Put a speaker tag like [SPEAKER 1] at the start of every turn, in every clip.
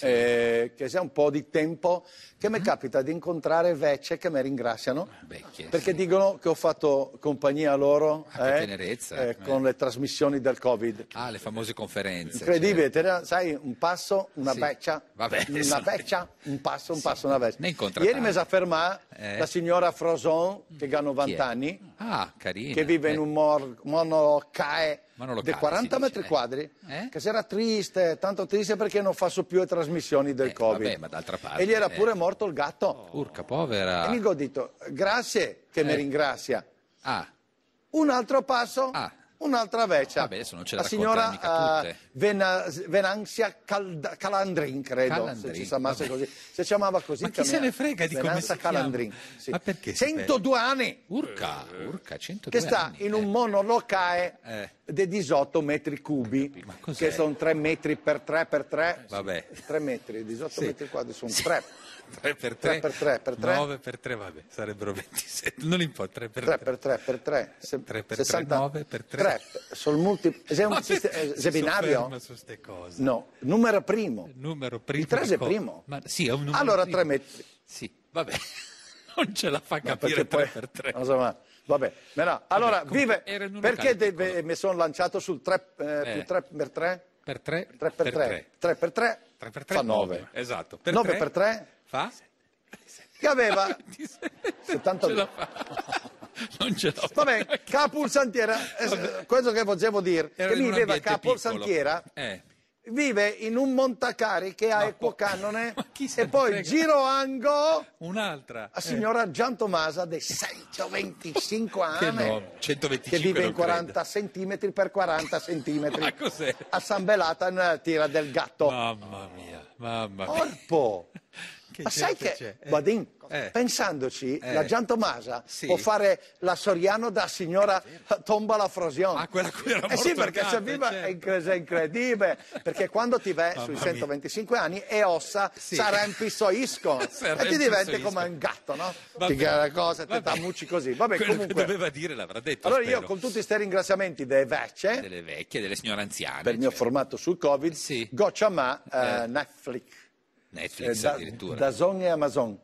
[SPEAKER 1] eh, che è un po' di tempo che
[SPEAKER 2] Mhm.
[SPEAKER 1] mi capita di incontrare vecchie che mi ringraziano
[SPEAKER 2] Vecchie,
[SPEAKER 1] perché dicono che ho fatto compagnia loro
[SPEAKER 2] Ah, che tenerezza.
[SPEAKER 1] eh, con le trasmissioni del Covid.
[SPEAKER 2] Ah, le famose conferenze.
[SPEAKER 1] Incredibile,
[SPEAKER 2] certo.
[SPEAKER 1] te ne- sai, un passo, una
[SPEAKER 2] Sì.
[SPEAKER 1] vecchia,
[SPEAKER 2] Vabbè,
[SPEAKER 1] una
[SPEAKER 2] sì.
[SPEAKER 1] vecchia, un passo, un passo, una vecchia.
[SPEAKER 2] Ne incontra
[SPEAKER 1] Ieri
[SPEAKER 2] tanti.
[SPEAKER 1] mi sa fermare
[SPEAKER 2] Eh.
[SPEAKER 1] la signora Froson, che ha 90
[SPEAKER 2] Chi è?
[SPEAKER 1] anni,
[SPEAKER 2] Ah, carina.
[SPEAKER 1] che vive in
[SPEAKER 2] Eh,
[SPEAKER 1] un mor- monolocae
[SPEAKER 2] Monolocae,
[SPEAKER 1] di 40
[SPEAKER 2] si dice,
[SPEAKER 1] metri
[SPEAKER 2] eh.
[SPEAKER 1] quadri,
[SPEAKER 2] Eh?
[SPEAKER 1] che si era triste, tanto triste perché non faccio più le trasmissioni del
[SPEAKER 2] Eh,
[SPEAKER 1] Covid.
[SPEAKER 2] vabbè, ma d'altra parte,
[SPEAKER 1] e gli era
[SPEAKER 2] eh.
[SPEAKER 1] pure morto il gatto.
[SPEAKER 2] certo. Urca povera.
[SPEAKER 1] E mi ho detto, grazie che mi
[SPEAKER 2] Eh.
[SPEAKER 1] ringrazia.
[SPEAKER 2] Ah,
[SPEAKER 1] Un altro passo,
[SPEAKER 2] Ah.
[SPEAKER 1] un'altra veccia.
[SPEAKER 2] Vabbè, adesso non ce le
[SPEAKER 1] la
[SPEAKER 2] raccontano
[SPEAKER 1] signora
[SPEAKER 2] mica tutte.
[SPEAKER 1] eh, Vena- Venanzia Cal- Calandrin, credo,
[SPEAKER 2] Calandrin,
[SPEAKER 1] se ci chiamasse
[SPEAKER 2] vabbè.
[SPEAKER 1] così. Se chiamava così.
[SPEAKER 2] Ma chi se
[SPEAKER 1] chiamava-
[SPEAKER 2] ne frega di come
[SPEAKER 1] Venanzia
[SPEAKER 2] si chiama?
[SPEAKER 1] Calandrin. sì.
[SPEAKER 2] Ma perché si
[SPEAKER 1] 102 anni
[SPEAKER 2] urca, urca, 102
[SPEAKER 1] che sta
[SPEAKER 2] anni,
[SPEAKER 1] in
[SPEAKER 2] eh.
[SPEAKER 1] un monolocae
[SPEAKER 2] Eh.
[SPEAKER 1] di 18 metri cubi,
[SPEAKER 2] Ma cos'è?
[SPEAKER 1] che sono 3 metri per 3 per 3.
[SPEAKER 2] Vabbè.
[SPEAKER 1] 3 metri, 18 metri quadri sono 3.
[SPEAKER 2] 3 Eh, per
[SPEAKER 1] Tre
[SPEAKER 2] 3,
[SPEAKER 1] per tre, per tre.
[SPEAKER 2] 9 per 3, vabbè, sarebbero 27, non importa, 3 per
[SPEAKER 1] 3 per
[SPEAKER 2] 3.
[SPEAKER 1] 3 per 3.
[SPEAKER 2] Tre per tre, nove per tre.
[SPEAKER 1] Sono multipli. È un sistema- eh, se binario?
[SPEAKER 2] su ste cose.
[SPEAKER 1] No, numero primo.
[SPEAKER 2] Numero primo.
[SPEAKER 1] Il 3
[SPEAKER 2] di
[SPEAKER 1] è
[SPEAKER 2] co-
[SPEAKER 1] primo.
[SPEAKER 2] Ma sì, è un numero
[SPEAKER 1] Allora
[SPEAKER 2] primo.
[SPEAKER 1] 3 metri.
[SPEAKER 2] Sì, vabbè. Non ce la fa
[SPEAKER 1] Ma
[SPEAKER 2] capire 3
[SPEAKER 1] poi-
[SPEAKER 2] per 3.
[SPEAKER 1] non so, ma- vabbè, ma no. allora
[SPEAKER 2] comunque, era in
[SPEAKER 1] vive
[SPEAKER 2] un
[SPEAKER 1] perché
[SPEAKER 2] locale
[SPEAKER 1] deve-
[SPEAKER 2] piccolo.
[SPEAKER 1] mi sono lanciato sul 3
[SPEAKER 2] Eh.
[SPEAKER 1] più 3 per 3?
[SPEAKER 2] Per 3,
[SPEAKER 1] 3 per 3. 3 per 3
[SPEAKER 2] 3 per 3
[SPEAKER 1] fa 9.
[SPEAKER 2] Esatto.
[SPEAKER 1] 9
[SPEAKER 2] tre
[SPEAKER 1] per 3
[SPEAKER 2] fa
[SPEAKER 1] che aveva 72.
[SPEAKER 2] Non ce la fa. Non ce la fa.
[SPEAKER 1] Vabbè, capulsantiera, eh, questo che volevo dire,
[SPEAKER 2] Era
[SPEAKER 1] che
[SPEAKER 2] in
[SPEAKER 1] mi
[SPEAKER 2] un
[SPEAKER 1] viveva
[SPEAKER 2] ambiente
[SPEAKER 1] capulsantiera,
[SPEAKER 2] piccolo. Eh.
[SPEAKER 1] vive in un montacari che ha
[SPEAKER 2] Ma-
[SPEAKER 1] Equocannone
[SPEAKER 2] ma chi se
[SPEAKER 1] e
[SPEAKER 2] ne
[SPEAKER 1] poi
[SPEAKER 2] frega?
[SPEAKER 1] Giroango
[SPEAKER 2] Un'altra.
[SPEAKER 1] a
[SPEAKER 2] eh.
[SPEAKER 1] signora Gian Tomasa dei 125
[SPEAKER 2] Che
[SPEAKER 1] anni.
[SPEAKER 2] no, 125
[SPEAKER 1] che vive
[SPEAKER 2] non
[SPEAKER 1] in 40 centimetri per 40 centimetri
[SPEAKER 2] Ma cos'è?
[SPEAKER 1] a San Belata nella tira del
[SPEAKER 2] credo.
[SPEAKER 1] gatto.
[SPEAKER 2] Mamma mia, mamma mia.
[SPEAKER 1] Corpo!
[SPEAKER 2] Che
[SPEAKER 1] Ma sai
[SPEAKER 2] gente
[SPEAKER 1] che,
[SPEAKER 2] c'è, eh.
[SPEAKER 1] Badin,
[SPEAKER 2] Eh.
[SPEAKER 1] pensandoci,
[SPEAKER 2] Eh.
[SPEAKER 1] la Gian Tomasa
[SPEAKER 2] Sì.
[SPEAKER 1] può fare la Soriano da signora Tomba la Frosion.
[SPEAKER 2] Ah, quella a cui era
[SPEAKER 1] Eh sì,
[SPEAKER 2] morto il
[SPEAKER 1] perché
[SPEAKER 2] gatto,
[SPEAKER 1] se viva
[SPEAKER 2] certo.
[SPEAKER 1] è incre- è incredibile, perché quando ti vai sui
[SPEAKER 2] Mamma mia.
[SPEAKER 1] 125 anni e ossa
[SPEAKER 2] Sì.
[SPEAKER 1] sarà un pissoisco e ti
[SPEAKER 2] Sarempissoisco.
[SPEAKER 1] diventi come un gatto, no?
[SPEAKER 2] Vabbè.
[SPEAKER 1] Ti gara cosa, ti
[SPEAKER 2] Vabbè.
[SPEAKER 1] tammucci così. Vabbè,
[SPEAKER 2] Quello
[SPEAKER 1] comunque.
[SPEAKER 2] che doveva dire l'avrà detto,
[SPEAKER 1] Allora
[SPEAKER 2] spero.
[SPEAKER 1] io con tutti questi ringraziamenti dei vecchie
[SPEAKER 2] Delle vecchie, delle signore anziane.
[SPEAKER 1] per il mio
[SPEAKER 2] cioè,
[SPEAKER 1] formato sul Covid,
[SPEAKER 2] Sì.
[SPEAKER 1] goccia ma eh, Netflix,
[SPEAKER 2] Netflix
[SPEAKER 1] eh, da,
[SPEAKER 2] addirittura.
[SPEAKER 1] Dazon e Amazon.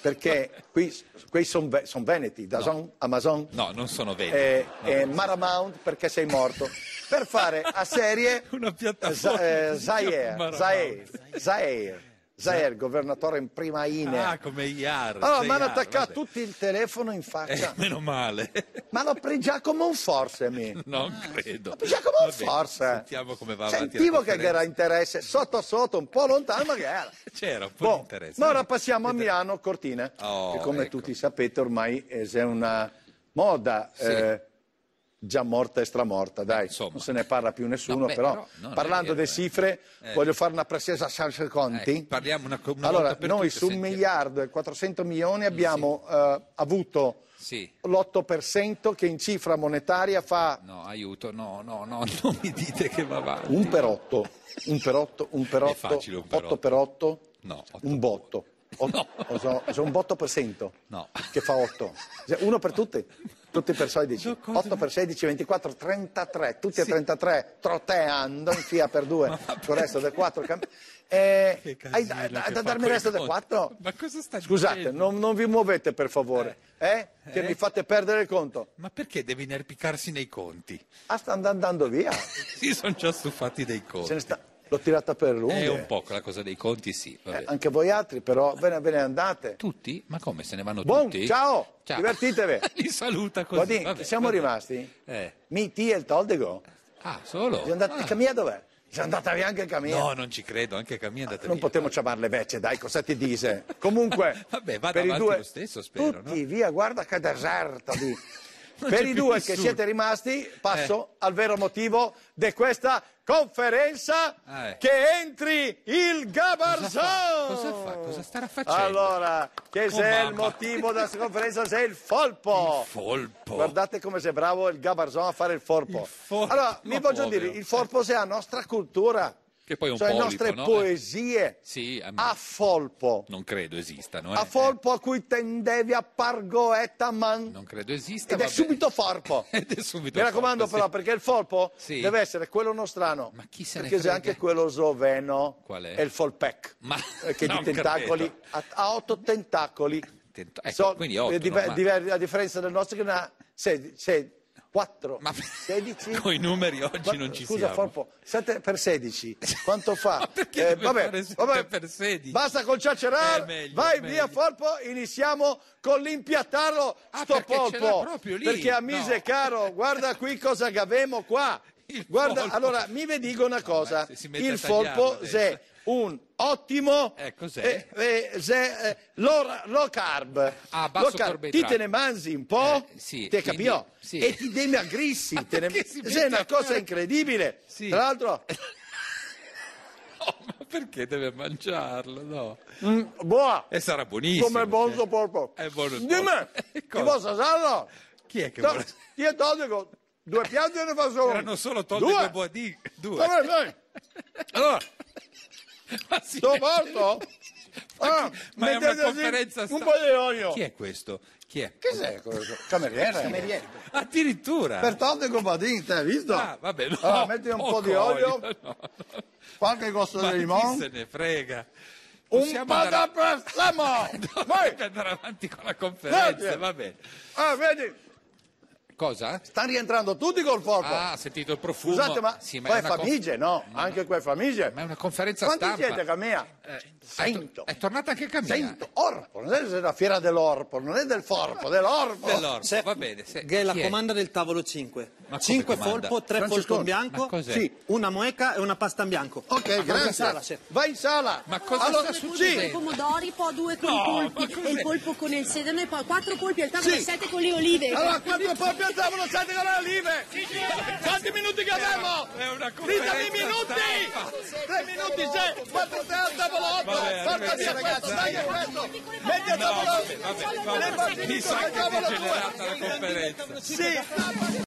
[SPEAKER 1] Perché qui, quei sono veneti, Dazon, Amazon
[SPEAKER 2] No, non sono vere.
[SPEAKER 1] e, e Maramount perché sei morto. per fare a serie
[SPEAKER 2] Una piattaforma
[SPEAKER 1] Z- eh,
[SPEAKER 2] che si chiama
[SPEAKER 1] Zaire,
[SPEAKER 2] Maramount.
[SPEAKER 1] Zaire, Zaire, Zaire, governatore in prima linea.
[SPEAKER 2] Ah, come IAR.
[SPEAKER 1] allora mi hanno
[SPEAKER 2] JR,
[SPEAKER 1] attaccato
[SPEAKER 2] vabbè.
[SPEAKER 1] tutti il telefono in faccia.
[SPEAKER 2] Eh, meno male.
[SPEAKER 1] Ma l'ho pregiato come un forcemi.
[SPEAKER 2] Non credo.
[SPEAKER 1] Già come un
[SPEAKER 2] Vabbè,
[SPEAKER 1] forse.
[SPEAKER 2] Sentiamo come va avanti. la
[SPEAKER 1] Sentivo che
[SPEAKER 2] conferenza.
[SPEAKER 1] era interesse, sotto sotto, un po' lontano, ma che era.
[SPEAKER 2] C'era un po'
[SPEAKER 1] Boh,
[SPEAKER 2] di interesse.
[SPEAKER 1] ma ora passiamo a Milano Cortina,
[SPEAKER 2] Oh,
[SPEAKER 1] che come
[SPEAKER 2] ecco.
[SPEAKER 1] tutti sapete ormai eh, è una moda
[SPEAKER 2] Sì. Eh,
[SPEAKER 1] eh, già morta e stramorta, dai,
[SPEAKER 2] insomma.
[SPEAKER 1] non se ne parla più nessuno,
[SPEAKER 2] No, beh,
[SPEAKER 1] però,
[SPEAKER 2] però, non è
[SPEAKER 1] parlando
[SPEAKER 2] vero,
[SPEAKER 1] delle
[SPEAKER 2] eh.
[SPEAKER 1] cifre voglio fare una precisa salsa ai conti.
[SPEAKER 2] Ecco, parliamo una co- una
[SPEAKER 1] allora,
[SPEAKER 2] volta per
[SPEAKER 1] noi
[SPEAKER 2] tutte,
[SPEAKER 1] su un
[SPEAKER 2] sentiamo. Mm,
[SPEAKER 1] miliardo e 400 milioni abbiamo eh, avuto
[SPEAKER 2] Sì.
[SPEAKER 1] l'8% che in cifra monetaria fa
[SPEAKER 2] No, aiuto, no, no, no, non mi dite che va avanti.
[SPEAKER 1] Un per otto, un per otto, un per
[SPEAKER 2] È
[SPEAKER 1] otto,
[SPEAKER 2] facile, un per
[SPEAKER 1] otto
[SPEAKER 2] otto.
[SPEAKER 1] per otto,
[SPEAKER 2] No, otto
[SPEAKER 1] un botto. Ot-
[SPEAKER 2] No.
[SPEAKER 1] o so- o so un botto per cento
[SPEAKER 2] No.
[SPEAKER 1] che fa otto. Cioè, Uno per tutti, tutti per 16.
[SPEAKER 2] No, cosa-
[SPEAKER 1] 8 per 16, 24, 33, tutti e 33, troteando in fia per due, con il resto del 4.
[SPEAKER 2] Che casino
[SPEAKER 1] hai da,
[SPEAKER 2] che
[SPEAKER 1] da-
[SPEAKER 2] fa
[SPEAKER 1] da darmi
[SPEAKER 2] coi
[SPEAKER 1] il resto del
[SPEAKER 2] conti.
[SPEAKER 1] 4?
[SPEAKER 2] Ma cosa sta
[SPEAKER 1] Scusate,
[SPEAKER 2] dicendo?
[SPEAKER 1] non, non vi muovete per favore, eh? che
[SPEAKER 2] Eh.
[SPEAKER 1] mi fate perdere il conto.
[SPEAKER 2] Ma perché deve inerpicarsi nei conti?
[SPEAKER 1] Ah, sta andando via.
[SPEAKER 2] Si sono già stufati dei conti.
[SPEAKER 1] Se ne sta- L'ho tirata per lunghe.
[SPEAKER 2] È un po' la cosa dei conti, sì. vabbè.
[SPEAKER 1] Eh, anche voi altri, però ve ne, ve ne andate.
[SPEAKER 2] Tutti? Ma come se ne vanno
[SPEAKER 1] Buon,
[SPEAKER 2] tutti?
[SPEAKER 1] ciao, divertitevi.
[SPEAKER 2] Li saluta così.
[SPEAKER 1] Guardi,
[SPEAKER 2] vabbè,
[SPEAKER 1] chi siamo
[SPEAKER 2] vabbè.
[SPEAKER 1] rimasti?
[SPEAKER 2] Eh.
[SPEAKER 1] Mi ti e il Toldego.
[SPEAKER 2] Ah, solo?
[SPEAKER 1] Siamo andati,
[SPEAKER 2] Ah.
[SPEAKER 1] Camilla dov'è? Siamo andata via anche Camilla.
[SPEAKER 2] No, non ci credo, anche Camilla è andata
[SPEAKER 1] Ah, non
[SPEAKER 2] via.
[SPEAKER 1] potremmo chiamarle vecchie, dai, cosa ti dice? Comunque,
[SPEAKER 2] Vabbè, vada
[SPEAKER 1] per i
[SPEAKER 2] avanti
[SPEAKER 1] due,
[SPEAKER 2] lo stesso, spero,
[SPEAKER 1] tutti via, guarda che deserta di...
[SPEAKER 2] Non
[SPEAKER 1] Per
[SPEAKER 2] c'è
[SPEAKER 1] i
[SPEAKER 2] più
[SPEAKER 1] due che
[SPEAKER 2] nessuno. Eh.
[SPEAKER 1] siete rimasti, passo al vero motivo di questa conferenza
[SPEAKER 2] Ah, eh.
[SPEAKER 1] che entri il Gabarzon!
[SPEAKER 2] Cosa fa? Cosa fa? Cosa starà facendo?
[SPEAKER 1] Allora, che
[SPEAKER 2] Oh,
[SPEAKER 1] se è il
[SPEAKER 2] mamma.
[SPEAKER 1] motivo della conferenza sei il folpo!
[SPEAKER 2] Folpo.
[SPEAKER 1] Guardate come sei bravo il Gabarzon a fare il forpo.
[SPEAKER 2] Il forpo,
[SPEAKER 1] allora, vi voglio
[SPEAKER 2] povero.
[SPEAKER 1] dire, il forpo è la nostra cultura.
[SPEAKER 2] Che poi è un
[SPEAKER 1] cioè le
[SPEAKER 2] polipo,
[SPEAKER 1] nostre
[SPEAKER 2] no? Eh.
[SPEAKER 1] poesie
[SPEAKER 2] Sì, a me-
[SPEAKER 1] a folpo.
[SPEAKER 2] Non credo esistano. eh.
[SPEAKER 1] A Ah, folpo a cui tendevi a pargoetta
[SPEAKER 2] Eh,
[SPEAKER 1] man.
[SPEAKER 2] Non credo esista.
[SPEAKER 1] Ed è
[SPEAKER 2] vabbè.
[SPEAKER 1] subito forpo.
[SPEAKER 2] Ed è subito
[SPEAKER 1] Mi raccomando
[SPEAKER 2] forpo,
[SPEAKER 1] però,
[SPEAKER 2] sì.
[SPEAKER 1] perché il folpo
[SPEAKER 2] Sì.
[SPEAKER 1] deve essere quello nostrano.
[SPEAKER 2] Ma chi se ne
[SPEAKER 1] Perché c'è
[SPEAKER 2] frega?
[SPEAKER 1] anche quello sloveno.
[SPEAKER 2] Qual è?
[SPEAKER 1] il folpec.
[SPEAKER 2] Ma-
[SPEAKER 1] eh, Che di
[SPEAKER 2] non
[SPEAKER 1] tentacoli,
[SPEAKER 2] credo.
[SPEAKER 1] ha, ha otto tentacoli.
[SPEAKER 2] Tento- ecco, quindi otto,
[SPEAKER 1] eh,
[SPEAKER 2] no, ma-
[SPEAKER 1] diver- a differenza del nostro che ne ha 16, 4,
[SPEAKER 2] Ma
[SPEAKER 1] 16.
[SPEAKER 2] con i numeri oggi
[SPEAKER 1] Qua-
[SPEAKER 2] non ci
[SPEAKER 1] Scusa,
[SPEAKER 2] siamo.
[SPEAKER 1] Forpo, 7 per 16, quanto fa? Eh,
[SPEAKER 2] Ma perché deve fare sette per 16?
[SPEAKER 1] Basta con
[SPEAKER 2] Eh,
[SPEAKER 1] Ciacerare,
[SPEAKER 2] meglio,
[SPEAKER 1] vai
[SPEAKER 2] meglio.
[SPEAKER 1] via Forpo, iniziamo con l'impiattarlo
[SPEAKER 2] Ah,
[SPEAKER 1] sto
[SPEAKER 2] perché ce l'ha
[SPEAKER 1] polpo.
[SPEAKER 2] proprio lì?
[SPEAKER 1] Perché a mise
[SPEAKER 2] No.
[SPEAKER 1] caro, guarda qui cosa gavemo qua.
[SPEAKER 2] Il
[SPEAKER 1] Guarda,
[SPEAKER 2] polpo.
[SPEAKER 1] allora mi vi dico una
[SPEAKER 2] No,
[SPEAKER 1] cosa,
[SPEAKER 2] ma si- si mette a
[SPEAKER 1] il
[SPEAKER 2] tagliarlo
[SPEAKER 1] Folpo
[SPEAKER 2] adesso.
[SPEAKER 1] è un ottimo
[SPEAKER 2] Eh, cos'è?
[SPEAKER 1] eh, eh, se- eh, low, low carb.
[SPEAKER 2] Ah, basso
[SPEAKER 1] Low carb.
[SPEAKER 2] carboidrato.
[SPEAKER 1] Ti te ne mangi un po',
[SPEAKER 2] Eh, sì,
[SPEAKER 1] te
[SPEAKER 2] quindi-
[SPEAKER 1] capio?
[SPEAKER 2] sì.
[SPEAKER 1] E ti demagrissi, te ne...
[SPEAKER 2] perché si mette
[SPEAKER 1] è una
[SPEAKER 2] a
[SPEAKER 1] cosa
[SPEAKER 2] fare-
[SPEAKER 1] incredibile.
[SPEAKER 2] Sì.
[SPEAKER 1] Tra l'altro,
[SPEAKER 2] Oh, ma perché deve mangiarlo? No.
[SPEAKER 1] mm, boa,
[SPEAKER 2] E sarà buonissimo.
[SPEAKER 1] come buon
[SPEAKER 2] cioè.
[SPEAKER 1] porpo.
[SPEAKER 2] È buono il
[SPEAKER 1] Dimmi,
[SPEAKER 2] polpo. E
[SPEAKER 1] ti
[SPEAKER 2] cosa?
[SPEAKER 1] posso sallo?
[SPEAKER 2] Chi è che
[SPEAKER 1] No,
[SPEAKER 2] vuole-
[SPEAKER 1] io tolgo due piante ne fa solo.
[SPEAKER 2] Erano solo Todd
[SPEAKER 1] Due.
[SPEAKER 2] e Boadì. Due.
[SPEAKER 1] Come sai? Allora,
[SPEAKER 2] Ma sì,
[SPEAKER 1] sono morto? Ah,
[SPEAKER 2] ma è una
[SPEAKER 1] metteteci
[SPEAKER 2] conferenza
[SPEAKER 1] Un
[SPEAKER 2] sta-
[SPEAKER 1] po' di olio.
[SPEAKER 2] Chi è questo? Chi è?
[SPEAKER 1] Che sei? Cameriere? Cameriere.
[SPEAKER 2] Addirittura.
[SPEAKER 1] Per Todd e Compadini, te hai visto?
[SPEAKER 2] Ah, vabbè, no,
[SPEAKER 1] Allora, metti un po'
[SPEAKER 2] poco
[SPEAKER 1] di olio,
[SPEAKER 2] no.
[SPEAKER 1] qualche costo di
[SPEAKER 2] Ma chi se
[SPEAKER 1] limone,
[SPEAKER 2] ne frega?
[SPEAKER 1] un
[SPEAKER 2] Possiamo
[SPEAKER 1] po' di
[SPEAKER 2] andare-
[SPEAKER 1] prezzemolo. Vai!
[SPEAKER 2] Dovrebbe andare avanti con la conferenza,
[SPEAKER 1] Vai.
[SPEAKER 2] va bene.
[SPEAKER 1] Ah, vedi,
[SPEAKER 2] Cosa?
[SPEAKER 1] stanno rientrando tutti col forpo.
[SPEAKER 2] Ah, ha sentito il profumo.
[SPEAKER 1] Boh. Scusate, ma,
[SPEAKER 2] Sì,
[SPEAKER 1] poi
[SPEAKER 2] è una con-
[SPEAKER 1] famiglie, no? Anche quelle famiglie.
[SPEAKER 2] ma è una conferenza
[SPEAKER 1] Quanti
[SPEAKER 2] stampa.
[SPEAKER 1] siete, Camilla?
[SPEAKER 2] Eh,
[SPEAKER 1] Sento.
[SPEAKER 2] È tornata anche Camilla.
[SPEAKER 1] Sento, orpo, non è la fiera dell'orpo, non è del forpo, dell'orpo.
[SPEAKER 2] Dell'orpo,
[SPEAKER 1] Oh,
[SPEAKER 3] Se-
[SPEAKER 2] va bene. se-
[SPEAKER 3] Che è la
[SPEAKER 2] chi è?
[SPEAKER 3] comanda del tavolo 5.
[SPEAKER 2] Ma come
[SPEAKER 3] 5
[SPEAKER 2] comanda?
[SPEAKER 3] folpo, 3
[SPEAKER 1] Francesco,
[SPEAKER 3] folpo in
[SPEAKER 2] ma
[SPEAKER 3] bianco,
[SPEAKER 2] cos'è?
[SPEAKER 3] sì, una moeca e una pasta in bianco.
[SPEAKER 1] Ok,
[SPEAKER 3] Vai in
[SPEAKER 1] grazie.
[SPEAKER 3] sala, chef.
[SPEAKER 1] Vai in sala.
[SPEAKER 2] Ma cosa
[SPEAKER 1] allora,
[SPEAKER 2] sta
[SPEAKER 1] sì,
[SPEAKER 2] succedendo?
[SPEAKER 4] pomodori, poi due con
[SPEAKER 2] No,
[SPEAKER 4] i
[SPEAKER 2] ma
[SPEAKER 4] polpi
[SPEAKER 2] cos'è?
[SPEAKER 4] e il polpo con il sedano e poi quattro polpi al tavolo
[SPEAKER 1] Sì.
[SPEAKER 4] e sette con le olive.
[SPEAKER 1] Allora, quando proprio al tavolo state con le olive. Quanti minuti che abbiamo?
[SPEAKER 2] È una conferenza
[SPEAKER 1] Ditemi i minuti.
[SPEAKER 2] stampa.
[SPEAKER 1] Tre minuti, sei, quattro, tre al tavolo, otto.
[SPEAKER 2] Vabbè,
[SPEAKER 1] Porta via
[SPEAKER 2] arrivederci,
[SPEAKER 1] questo,
[SPEAKER 2] dai.
[SPEAKER 1] dai che questo. Metti al tavolo.
[SPEAKER 2] Vabbè, vabbè,
[SPEAKER 1] Le
[SPEAKER 2] vabbè.
[SPEAKER 1] partite
[SPEAKER 2] Mi sa
[SPEAKER 1] sono al
[SPEAKER 2] che è
[SPEAKER 1] tavolo due.
[SPEAKER 2] degenerata la conferenza.
[SPEAKER 1] Sì.